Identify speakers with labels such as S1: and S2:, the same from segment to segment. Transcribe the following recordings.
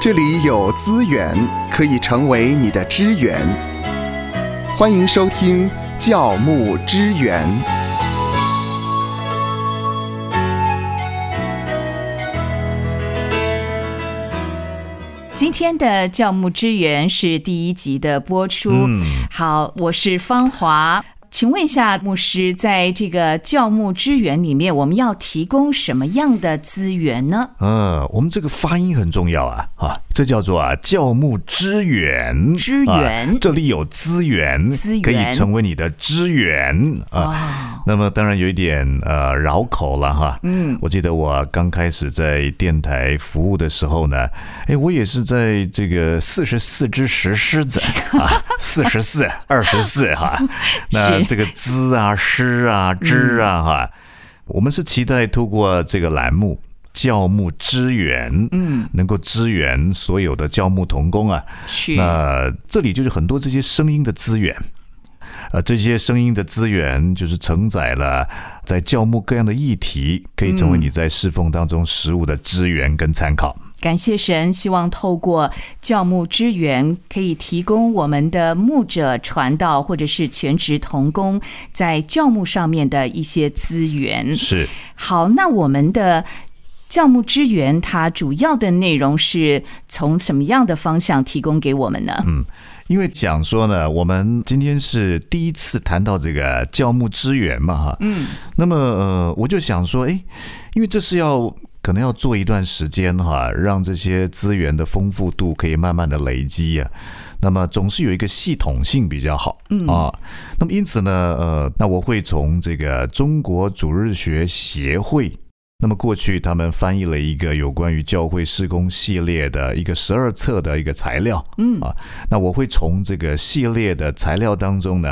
S1: 这里有资源可以成为你的支援。欢迎收听教牧支援。
S2: 今天的教牧支援是第一集的播出。
S3: 嗯
S2: 好，我是芳华。请问一下，牧师，在这个教牧支援里面，我们要提供什么样的资源呢？
S3: 嗯，我们这个发音很重要啊，啊，这叫做啊教牧支援，
S2: 支援
S3: 啊这里有资源，
S2: 资源
S3: 可以成为你的支援啊。
S2: 哦，
S3: 那么当然有一点呃绕口了哈，
S2: 嗯，
S3: 我记得我刚开始在电台服务的时候呢，哎，我也是在这个四十四只石狮 子啊，四十四、二十四哈，那
S2: 是嗯
S3: 这个资啊、狮啊、支啊哈，我们是期待透过这个栏目。教牧支援，嗯，能够支援所有的教牧童工啊，
S2: 是
S3: 那这里就是很多这些声音的资源。呃，这些声音的资源就是承载了在教牧各样的议题，可以成为你在侍奉当中实务的资源跟参考。
S2: 感谢神，希望透过教牧支援，可以提供我们的牧者、传道或者是全职童工在教牧上面的一些资源。
S3: 是，
S2: 好，那我们的教牧支援，它主要的内容是从什么样的方向提供给我们呢？
S3: 嗯因为讲说呢，我们今天是第一次谈到这个教牧支援嘛，哈，嗯，那么呃，我就想说，诶，因为这是要可能要做一段时间哈，让这些资源的丰富度可以慢慢的累积啊呀、那么总是有一个系统性比较好，嗯啊，那么因此呢，呃，那我会从这个中国主日学协会。那么过去他们翻译了一个有关于教会施工系列的一个十二册的一个材料，嗯啊，那我会从这个系列的材料当中呢，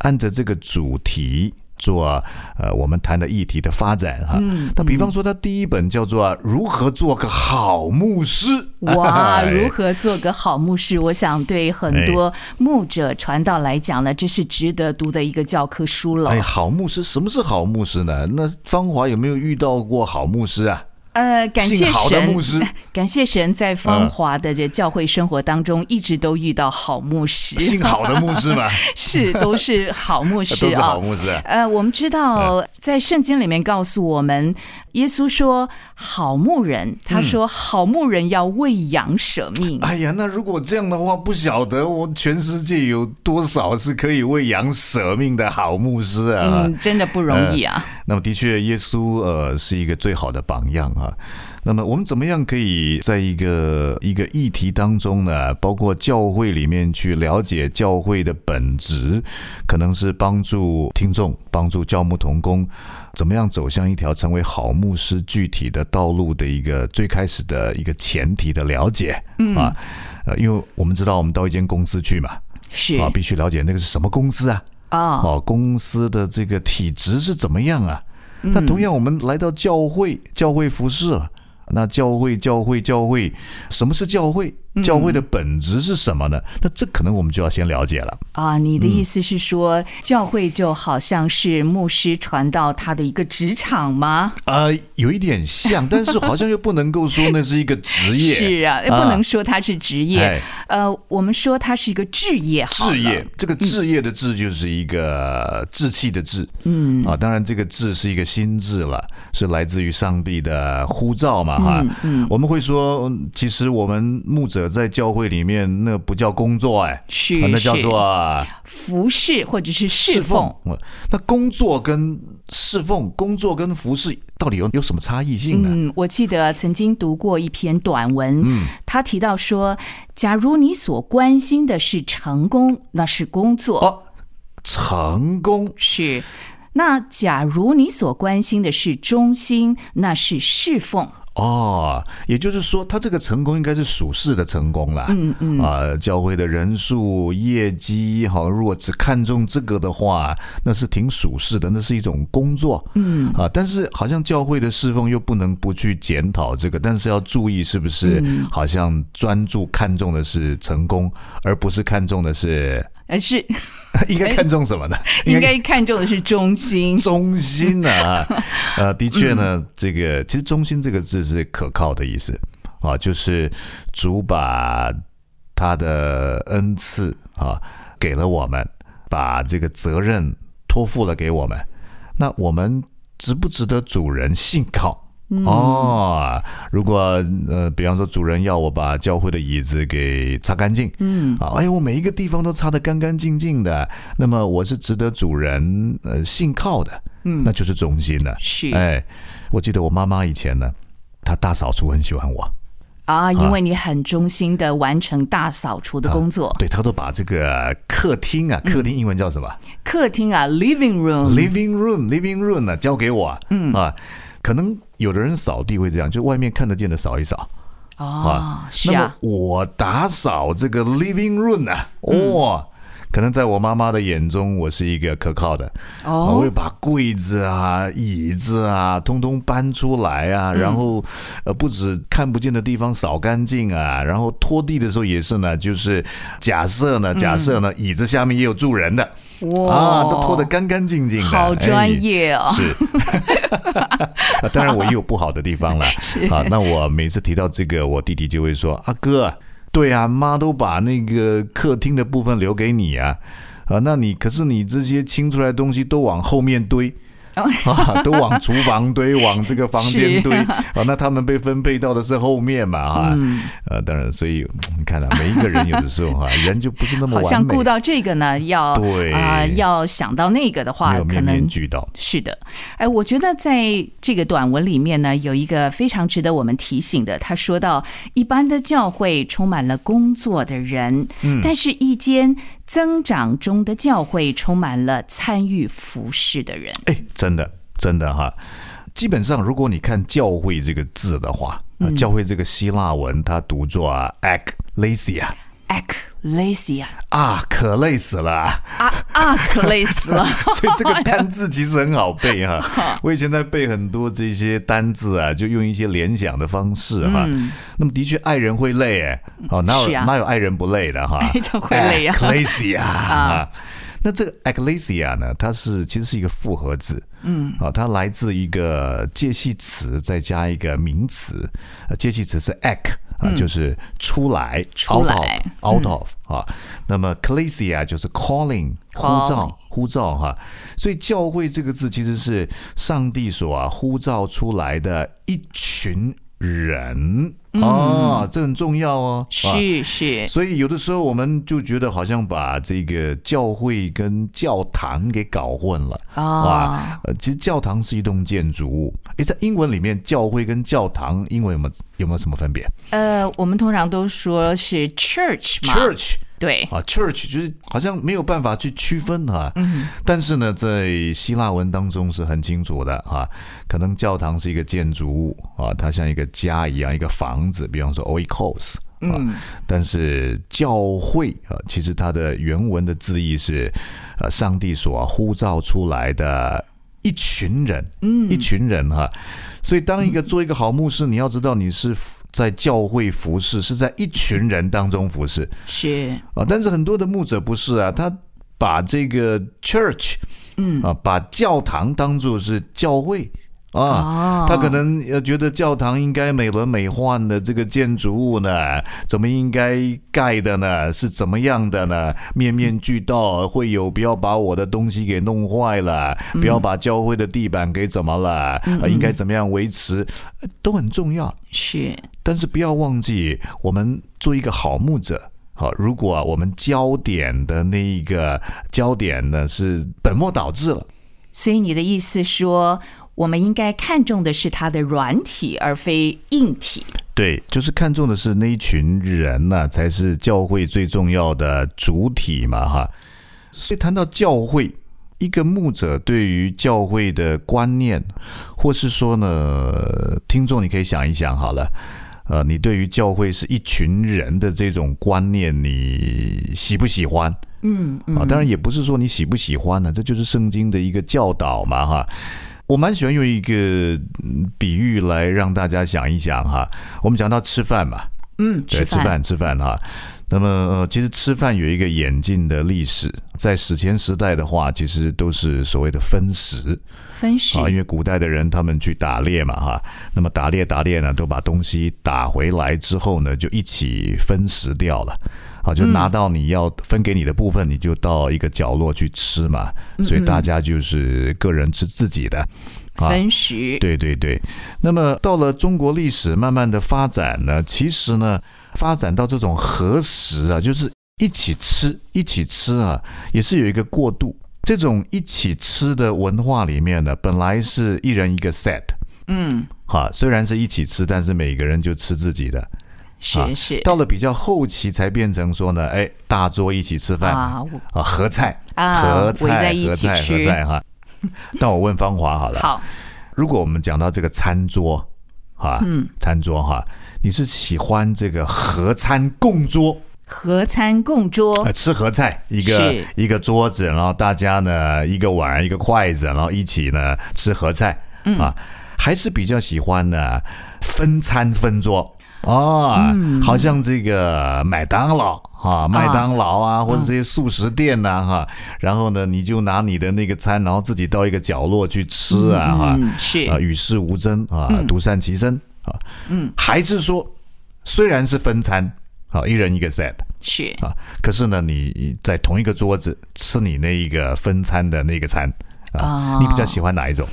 S3: 按着这个主题做呃我们谈的议题的发展哈。
S2: 嗯
S3: 那比方说，它第一本叫做《如何做个好牧师》。
S2: 哇，
S3: 哎
S2: 如何做个好牧师？我想对很多牧者、传道来讲呢，这是值得读的一个教科书了。
S3: 哎，好牧师，什么是好牧师呢？那芳华有没有遇到过好牧师啊？
S2: 呃，感谢
S3: 姓好的
S2: 神，
S3: 牧师
S2: 感谢神，在芳
S3: 嗯
S2: 华的这教会生活当中，一直都遇到好牧师，
S3: 姓好的牧师嘛，
S2: 是都 是好牧师
S3: 嗯 都
S2: 啊
S3: 是好。牧师啊。
S2: 呃，我们知
S3: 哎
S2: 道，在圣经里面告诉我们，耶稣说好牧人，他说好牧人要为羊舍命。
S3: 嗯哎呀，那如果这样的话，不晓得我全世界有多少是可以为羊舍命的好牧师啊！
S2: 嗯，真的不容易啊！
S3: 那么，的确，耶稣呃是一个最好的榜样啊。那么，我们怎么样可以在一个一个议题当中呢？包括教会里面去了解教会的本质，可能是帮助听众、帮助教牧同工，怎么样走向一条成为好牧师具体的道路的一个最开始的一个前提的了解、啊。呃，因为我们知道，我们到一间公司去嘛，
S2: 是
S3: 啊，必须了解那个是什么公司啊。
S2: 啊，
S3: 哦，公司的这个体制是怎么样啊？那同样，我们来到教会，教会服饰啊，那教会，教会，教会，什么是教会？教会的本质是什么呢？那这可能我们就要先了解了。
S2: 啊，你的意思是说，
S3: 嗯
S2: 教会就好像是牧师传到他的一个职场吗？
S3: 呃，有一点像，但是好像又不能够说那是一个职 业，
S2: 是啊，不能说他是职业，
S3: 哎
S2: 呃，我们说他是一个置业好嗯了，
S3: 置业，这个置业的置就是一个志气的志，嗯啊，当然这个志是一个心志了，是来自于上帝的呼召嘛哈。
S2: 嗯
S3: 我们会说，嗯其实我们牧者在教会里面那不叫工作哎，
S2: 是
S3: 啊那叫做啊
S2: 服侍或者是侍
S3: 侍
S2: 奉
S3: 奉。。嗯那工作跟侍奉，工作跟服侍到底有有什么差异性呢？
S2: 嗯，我记得曾经读过一篇短文，
S3: 嗯
S2: 他提到说，假如你所关心的是成功，那是工作，
S3: 哦，成功
S2: 是。那假如你所关心的是忠心，那是侍奉。
S3: 哦，也就是说，他这个成功应该是属世的成功啦。嗯嗯。啊、教会的人数、业绩，好，如果只看重这个的话，那是挺属世的，那是一种工作。嗯。啊，但是好像教会的侍奉又不能不去检讨这个，但是要注意是不是好像专注看重的是成功，而不是看重的是
S2: 而呃是
S3: 应哎该看重什么呢？
S2: 应该看重的是忠心，
S3: 中心啊，呃，的确呢，这个其实“中心”这个字是可靠的意思啊，就是主把他的恩赐啊给了我们，把这个责任托付了给我们。那我们值不值得主人信靠？哦，如果呃，比方说主人要我把教会的椅子给擦干净，嗯，啊，哎，我每一个地方都擦得干干净净的，那么我是值得主人呃信靠的，嗯，那就是忠心了。
S2: 是
S3: 哎，我记得我妈妈以前呢，她大扫除很喜欢我，
S2: 啊，因为你很忠心的完成大扫除的工作，
S3: 对她都把这个客厅啊，客厅英文叫什么？
S2: 客厅啊，living room，
S3: living room living room 呢、交给我，嗯啊，可能有的人扫地会这样，就外面看得见的扫一扫。
S2: 哦，是啊，
S3: 那么我打扫这个 living room 啊，哇、
S2: 嗯
S3: 可能在我妈妈的眼中，我是一个可靠的，我
S2: 哦
S3: 会，把柜子啊、椅子啊，通通搬出来
S2: 嗯
S3: 啊，然后呃，不止看不见的地方扫干净啊，然后拖地的时候也是呢，就是假设
S2: 嗯
S3: 呢，假设呢，椅子下面也有住人的
S2: 哇
S3: 啊，都拖得干干净净的，
S2: 哦好
S3: 哎
S2: 专业哦，
S3: 是， 啊当然我也有不好的地方了啊。那我每次提到这个，我弟弟就会说：“啊哥，对啊，妈都把那个客厅的部分留给你啊，啊，那你可是你这些清出来的东西都往后面堆。”
S2: 哦
S3: 啊，都往厨房堆，往这个房 间堆啊那他们被分配到的是后面嘛，哈、
S2: 嗯
S3: 呃，当然，所以你看啊，每一个人有的时候哈、人就不是那么
S2: 好
S3: 完美，
S2: 像顾到这个呢，要
S3: 对
S2: 啊、要想到那个的
S3: 没
S2: 话，
S3: 有
S2: 啊可
S3: 面
S2: 能
S3: 面俱到。
S2: 是的，哎，我觉得在这个短文里面呢，有一个非常值得我们提醒的。他说到，一般的教会充满了工作的人，
S3: 嗯
S2: 但是一间增长中的教会充满了参与服侍的人。
S3: 哎，真的，真的哈。基本上，如果你看“教会”这个字的话，呃教会这个希腊文它读作、啊、ecclesia
S2: 艾克累死呀，
S3: 啊，可累死了啊。
S2: 啊啊，可累死 了。
S3: 所以这个单字其实很好背哈、 我以前在背很多这些单字啊，就用一些联想的方式哈、那么的确，爱人会累哎，哦，哪
S2: 嗯是
S3: 有、
S2: 啊
S3: 哪有爱人不累 的哈？
S2: 都会累啊
S3: e c c l e s i a 啊。那这个 ecclesia 呢，它是其实是一个复合字，嗯，啊，它来自一个介系词，再加一个名词，呃介系词是 ec 啊，就是出来
S2: 嗯出来嗯
S3: ，out of，out of 啊，那么 ecclesia 就是 calling 呼
S2: Calling
S3: 召，呼召哈，所以教会这个字其实是上帝所啊呼召出来的一群人哦，这很重要哦，
S2: 嗯
S3: 啊
S2: 是是，
S3: 所以有的时候我们就觉得好像把这个教会跟教堂给搞混了
S2: 啊，
S3: 呃，其实教堂是一栋建筑物。诶，在英文里面，教会跟教堂英文有没有有没有什么分别
S2: 呃，我们通常都说是 church 嘛
S3: ？Church
S2: 对，
S3: 啊，Church 就是好像没有办法去区分啊。嗯。但是呢，在希腊文当中是很清楚的啊，可能教堂是一个建筑物啊，它像一个家一样，一个房子，比方说 oikos。啊，但是教会啊，其实它的原文的字义是，呃，上帝所呼召出来的一群人，嗯，一群人哈、所以当一个做一个好牧师，你要知道你是服在教会服侍，是在一群人当中服侍，
S2: 是
S3: 啊，但是很多的牧者不是啊，他把这个 church，嗯啊，把教堂当做是教会。
S2: 哦
S3: 啊，他可能呃觉得教堂应该美轮美奂的这个建筑物呢，怎么应该盖的呢？是怎么样的呢？面面俱到，会有不要把我的东西给弄坏了，不要把教会的地板给怎么了？啊，应该怎么样维持，呃都很重要。
S2: 是，
S3: 但是不要忘记，我们做一个好牧者。好，如果啊我们焦点的那一个焦点呢是本末倒置了，
S2: 所以你的意思说，我们应该看重的是它的软体，而非硬体。
S3: 对，就是看重的是那一群人呢、才是教会最重要的主体嘛，哈。所以谈到教会，一个牧者对于教会的观念，或是说呢，听众你可以想一想好了。呃，你对于教会是一群人的这种观念，你喜不喜欢？嗯啊，当然也不是说你喜不喜欢呢、这就是圣经的一个教导嘛，哈。我蛮喜欢用一个嗯比喻来让大家想一想哈。我们讲到吃饭嘛，
S2: 嗯，
S3: 对，吃
S2: 饭
S3: 饭吃饭哈。那么呃，其实吃饭有一个演进的历史，在史前时代的话，其实都是所谓的分食
S2: 分食
S3: 啊，因为古代的人他们去打猎嘛哈，那么打猎打猎呢，都把东西打回来之后呢，就一起分食掉了。啊，就拿到你要分给你的部分，你就到一个角落去吃嘛。所以大家就是个人吃自己的。啊
S2: 分食，
S3: 对对对，那么到了中国历史慢慢的发展呢，其实呢，发展到这种合食啊，就是一起吃，一起吃啊，也是有一个过渡。这种一起吃的文化里面呢，本来是一人一个 set，
S2: 嗯，
S3: 哈，虽然是一起吃，但是每个人就吃自己的。啊
S2: 是是
S3: 到了比较后期才变成说呢，哎，大桌一起吃饭啊，
S2: 啊我
S3: 合菜
S2: 啊
S3: 合
S2: 围在
S3: 菜
S2: 一
S3: 合
S2: 起
S3: 菜合
S2: 吃，
S3: 菜 哈。那我问芳华好了，
S2: 好，
S3: 如果我们讲到这个餐桌，哈，
S2: 嗯，
S3: 餐桌哈，你是喜欢这个合餐共桌，
S2: 合餐共桌
S3: 呃，，吃合菜，一个
S2: 哦是
S3: 一个桌子，然后大家呢一个碗儿一个筷子，然后一起呢吃合菜，
S2: 嗯
S3: 啊，还是比较喜欢呢分餐分桌。哦，
S2: 嗯
S3: 好像这个麦当劳啊，麦当劳啊，或者这些速食店呐、哈、然后呢，你就拿你的那个餐，然后自己到一个角落去吃啊，哈、
S2: 嗯是
S3: 啊，与世无争啊，独善其身啊。嗯，还是说，虽然是分餐啊，一人一个 set
S2: 是
S3: 啊，可是呢，你在同一个桌子吃你那一个分餐的那个餐啊，你比较喜欢哪一种？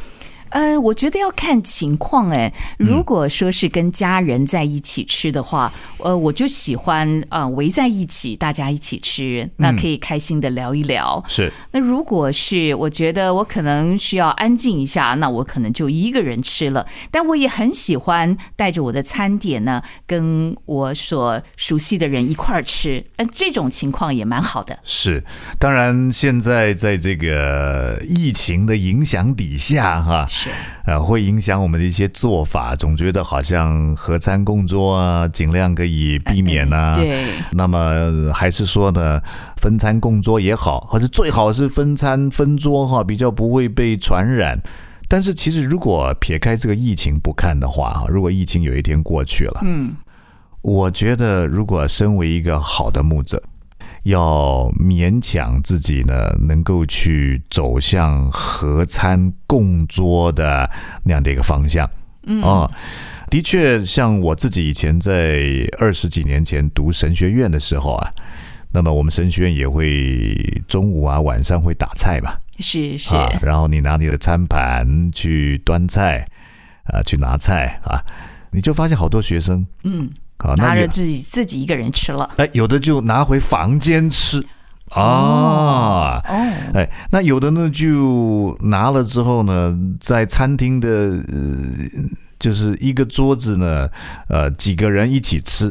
S2: 呃，我觉得要看情况哎。如果说是跟家人在一起吃的话，呃，我就喜欢呃围在一起，大家一起吃，那可以开心的聊一聊。
S3: 是
S2: 那如果是我觉得我可能需要安静一下，那我可能就一个人吃了。但我也很喜欢带着我的餐点呢，跟我所熟悉的人一块儿吃。那这种情况也蛮好的。
S3: 是，当然现在在这个疫情的影响底下哈，
S2: 是，
S3: 呃，会影响我们的一些做法，总觉得好像合餐共桌啊，尽量可以避免啊。
S2: 对，
S3: 那么呃还是说呢，分餐共桌也好，或者最好是分餐分桌哈，比较不会被传染。但是其实如果撇开这个疫情不看的话哈，如果疫情有一天过去了，
S2: 嗯，
S3: 我觉得如果身为一个好的牧者，要勉强自己呢，能够去走向合餐共桌的那样的一个方向。嗯啊，的确，像我自己以前在二十几年前读神学院的时候啊，那么我们神学院也会中午啊、晚上会打菜嘛，
S2: 是是，
S3: 啊，然后你拿你的餐盘去端菜，啊，去拿菜啊，你就发现好多学生
S2: 嗯，
S3: 啊，那
S2: 拿
S3: 有
S2: 着自己自己一个人吃了。
S3: 哎，有的就拿回房间吃啊。
S2: 哦，
S3: 哎，那有的呢就拿了之后呢，在餐厅的呃，就是一个桌子呢，呃，几个人一起吃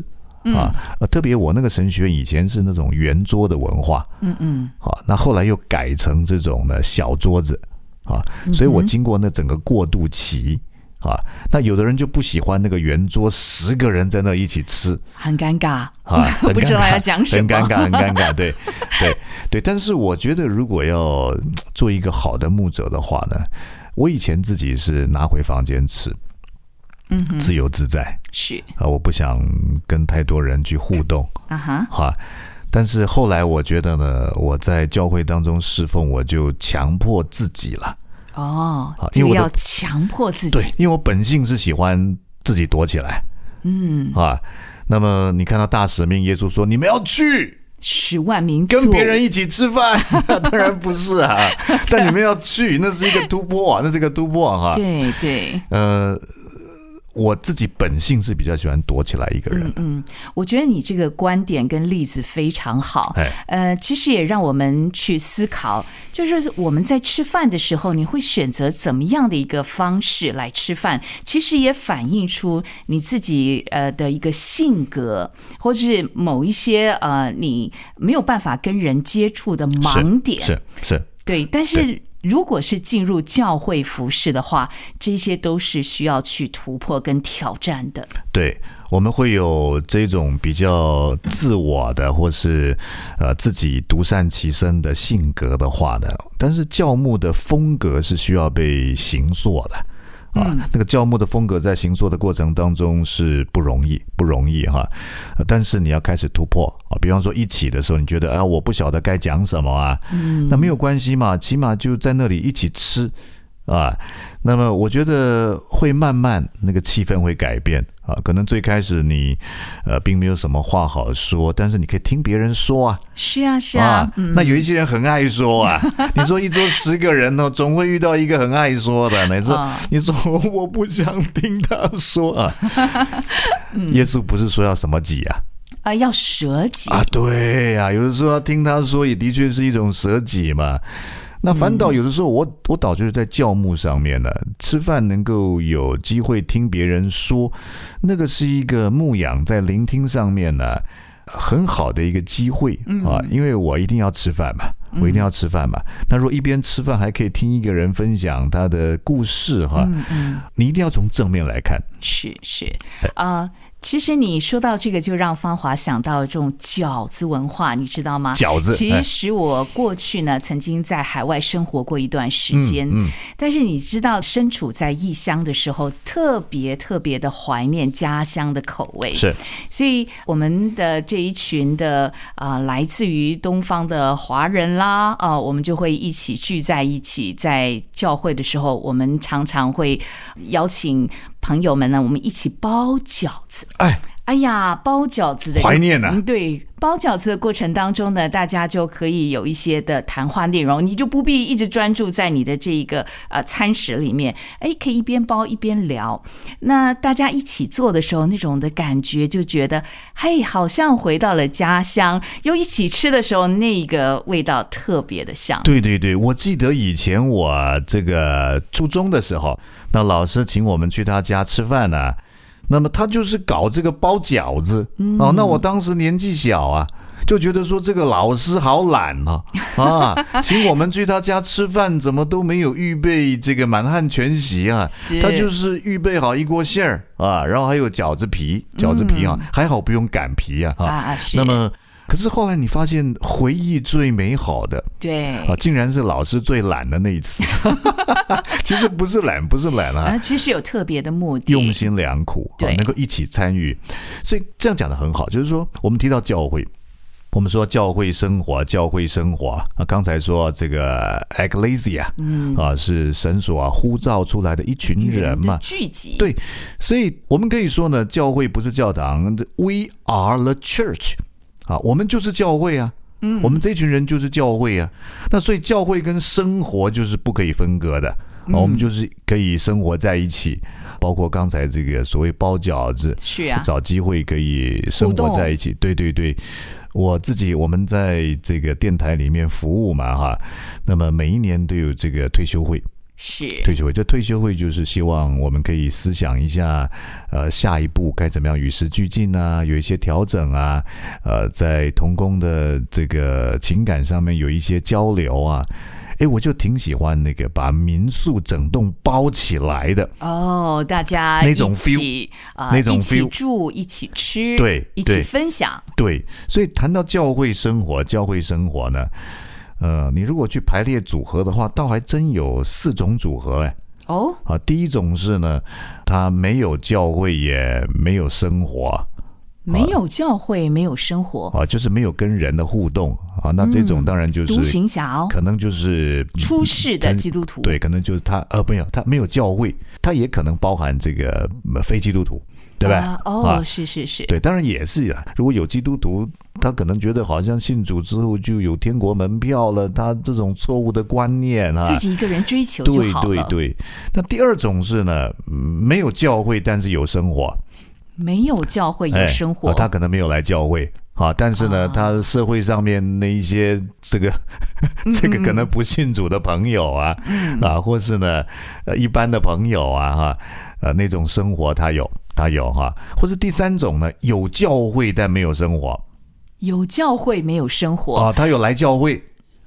S3: 啊。呃，特别我那个神学院以前是那种圆桌的文化，
S2: 嗯嗯，
S3: 好、那后来又改成这种呢小桌子啊，所以我经过那整个过渡期。啊，那有的人就不喜欢那个圆桌，十个人在那一起吃，
S2: 很尴尬
S3: 啊，很
S2: 不知道
S3: 尴尬
S2: 要讲什么
S3: 很尴尬，很尴尬， 对，对，对。但是我觉得，如果要嗯做一个好的牧者的话呢，我以前自己是拿回房间吃，
S2: 嗯哼，
S3: 自由自在
S2: 是
S3: 啊，我不想跟太多人去互动
S2: 啊哈，
S3: 哈。但是后来我觉得呢，我在教会当中侍奉，我就强迫自己了，
S2: 哦
S3: 好，因
S2: 就
S3: 为我的
S2: 要强迫自
S3: 对
S2: 己，，
S3: 因为我本性是喜欢自己躲起来
S2: 嗯，
S3: 啊。那么你看到大使命，耶稣说：“你们要去，
S2: 十万名
S3: 跟
S2: 座
S3: 别人一起吃饭， 当然不是 啊。但你们要去，那是一个突破啊，那是一个突破哈、
S2: 对对，
S3: 呃，我自己本性是比较喜欢躲起来一个人的，
S2: 嗯，我觉得你这个观点跟例子非常好。
S3: 哎
S2: 呃，其实也让我们去思考，就是我们在吃饭的时候，你会选择怎么样的一个方式来吃饭？其实也反映出你自己呃的一个性格，或者是某一些呃你没有办法跟人接触的盲点。
S3: 是是
S2: 嗯对，但是如果是进入教会服饰的话，这些都是需要去突破跟挑战的。
S3: 对，我们会有这种比较自我的，或是呃自己独善其身的性格的话呢，但是教牧的风格是需要被形塑的。啊，那个教牧的风格在行作的过程当中是不容易，不容易哈、呃但是你要开始突破啊，比方说一起的时候，你觉得啊，我不晓得该讲什么啊，那没有关系嘛，起码就在那里一起吃啊。那么我觉得会慢慢那个气氛会改变啊，可能最开始你呃并没有什么话好说，但是你可以听别人说啊，
S2: 是啊，是啊，嗯，
S3: 那有一些人很爱说 啊，你说一桌十个人呢，总会遇到一个很爱说的，你说、
S2: 啊
S3: 你说我不想听他说 啊，
S2: 嗯
S3: 耶稣不是说要什么己啊，
S2: 啊，要舍己，
S3: 啊，对呀、有的时候要听他说，也的确是一种舍己嘛。那反倒有的时候我，我倒就是在教牧上面呢，吃饭能够有机会听别人说，那个是一个牧养在聆听上面呢很好的一个机会
S2: 嗯
S3: 啊，因为我一定要吃饭嘛，我一定要吃饭嘛。那如果一边吃饭还可以听一个人分享他的故事哈，
S2: 嗯嗯，
S3: 你一定要从正面来看。
S2: 是是
S3: 哎
S2: 啊、其实你说到这个，就让芳华想到这种饺子文化，你知道吗？
S3: 饺子哎
S2: 啊其实我过去呢，曾经在海外生活过一段时间，
S3: 嗯
S2: 但是你知道，身处在异乡的时候，特别特别的怀念家乡的口味。
S3: 是，
S2: 所以我们的这一群的啊、呃来自于东方的华人啦，啊、我们就会一起聚在一起，在教会的时候，我们常常会邀请朋友们呢，我们一起包饺子。
S3: 哎，
S2: 哎呀，包饺子的
S3: 怀念啊呐
S2: 嗯对，包饺子的过程当中呢，大家就可以有一些的谈话内容，你就不必一直专注在你的这一个呃餐食里面，哎，可以一边包一边聊。那大家一起做的时候，那种的感觉就觉得，嘿，好像回到了家乡。又一起吃的时候，那个味道特别的 香。
S3: 对对对，我记得以前我这个初中的时候，那老师请我们去他家吃饭呢、那么他就是搞这个包饺子、
S2: 嗯
S3: 哦。那我当时年纪小啊，就觉得说这个老师好懒啊啊，请我们去他家吃饭，怎么都没有预备这个满汉全席啊？他就是预备好一锅馅儿啊，然后还有饺子皮，饺子皮啊，还好不用擀皮啊
S2: 嗯啊
S3: 啊。
S2: 啊，是
S3: 那么，可是后来你发现回忆最美好的。
S2: 对
S3: 啊，竟然是老师最懒的那一次。 其实不是懒，不是懒啊，
S2: 啊，其实有特别的目的，
S3: 用心良苦，啊
S2: 对
S3: 能够一起参与，所以这样讲的很好。就是说，我们提到教会，我们说教会生活，教会生活啊，刚才说这个 ecclesia，嗯啊，是神所啊呼召出来的一群人嘛
S2: 的，聚集，
S3: 对所以我们可以说呢，教会不是教堂，We are the church，啊，我们就是教会啊。嗯，我们这群人就是教会啊，那所以教会跟生活就是不可以分割的，啊，我们就是可以生活在一起，包括刚才这个所谓包饺子，
S2: 是啊，
S3: 找机会可以生活在一起。对对对，我自己我们在这个电台里面服务嘛哈，那么每一年都有这个退休会，
S2: 是
S3: 退休会，这退休会就是希望我们可以思想一下，呃，下一步该怎么样与时俱进啊，有一些调整啊，呃，在童工的这个情感上面有一些交流啊。诶，我就挺喜欢那个把民宿整栋包起来的，
S2: 哦，大家
S3: 那种
S2: 一起啊，
S3: 那种
S2: 一起
S3: feel
S2: 住，一起吃，
S3: 对
S2: 一起
S3: 对
S2: 分享，
S3: 对，所以谈到教会生活，教会生活呢，呃，你如果去排列组合的话，倒还真有四种组合哎。
S2: 哦，
S3: 啊，第一种是呢，他没有教会，也没有生活
S2: 没有教会，没有生活，
S3: 啊，就是没有跟人的互动啊。那这种当然就
S2: 嗯独
S3: 是、
S2: 行侠哦，
S3: 可能就是
S2: 出世的基督徒，
S3: 对，可能就是他呃，没有他没有教会，他也可能包含这个嗯非基督徒，对吧？
S2: 啊
S3: 啊
S2: 哦，是是是，
S3: 对，当然也是啦。如果有基督徒，他可能觉得好像信主之后就有天国门票了，他这种错误的观念啊，
S2: 自己一个人追求就
S3: 对
S2: 好
S3: 对
S2: 了，
S3: 对。那第二种是呢，嗯没有教会，但是有生活，
S2: 没有教会有
S3: 哎
S2: 生活
S3: 啊，他可能没有来教会。啊，但是呢，
S2: 啊
S3: 他社会上面那一些这个
S2: 嗯
S3: 这个可能不信主的朋友啊，啊，或是呢呃一般的朋友啊，哈、呃那种生活他有他有哈、或是第三种呢，有教会但没有生活，
S2: 有教会没有生活，
S3: 啊，他有来教会，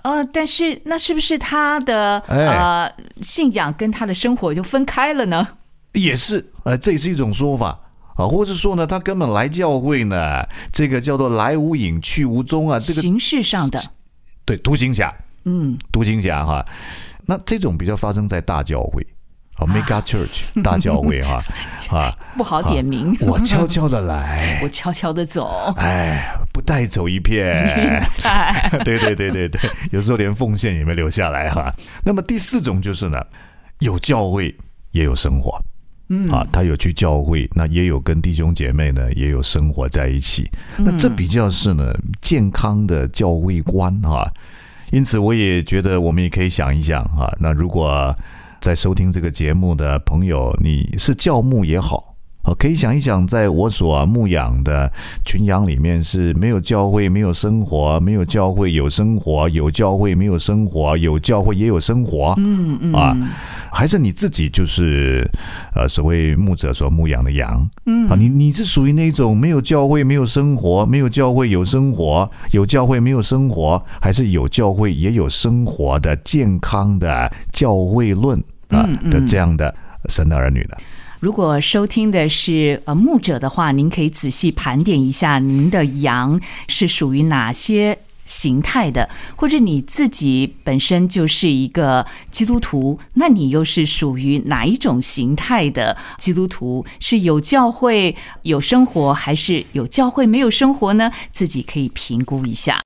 S2: 呃，但是那是不是他的
S3: 哎
S2: 呃信仰跟他的生活就分开了呢？
S3: 也是，呃，这也是一种说法啊，或是说呢，他根本来教会呢，这个叫做来无影去无踪啊，这个
S2: 形式上的，
S3: 对独行侠，
S2: 嗯，
S3: 独行侠哈，那这种比较发生在大教会。哦，Mega Church 大教会哈啊，哎
S2: 不好点名，
S3: 我悄悄的来，，
S2: 我悄悄的走。
S3: 哎，不带走一片
S2: 在
S3: 对对对对对，有时候连奉献也没留下来哈、那么第四种就是呢，有教会也有生活，嗯啊，他有去教会，那也有跟弟兄姐妹呢也有生活在一起，那这比较是呢健康的教会观哈、因此，我也觉得我们也可以想一想哈、那如果在收听这个节目的朋友，你是教牧也好。啊，可以想一想，在我所牧养的群羊里面是没有教会，没有生活，没有教会有生活，有教会没有生活，有教会也有生活。嗯嗯啊，还是你自己就是呃所谓牧者所牧养的羊。嗯啊，你你是属于那种没有教会没有生活，没有教会有生活，有教会没有生活，还是有教会也有生活的健康的教会论啊的这样的神的儿女的。
S2: 如果收听的是呃牧者的话，您可以仔细盘点一下您的羊是属于哪些。形态的，或者你自己本身就是一个基督徒，那你又是属于哪一种形态的基督徒？是有教会有生活，还是有教会没有生活呢？自己可以评估一下。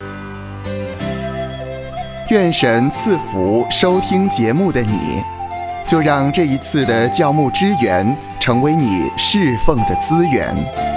S1: 愿神赐福收听节目的你，就让这一次的教牧支援成为你侍奉的资源。